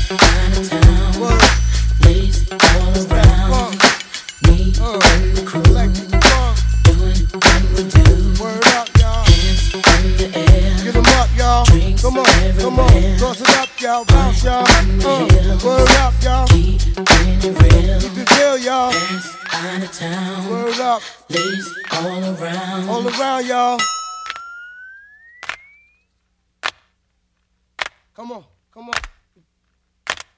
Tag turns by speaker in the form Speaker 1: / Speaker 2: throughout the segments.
Speaker 1: Uh, Uh,
Speaker 2: I
Speaker 3: Chinatown.
Speaker 1: Word up.
Speaker 3: Ladies all around.
Speaker 1: All around, y'all. Come on, come on.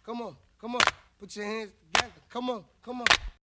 Speaker 1: Come on, come on. Put your hands together. Come on, come on.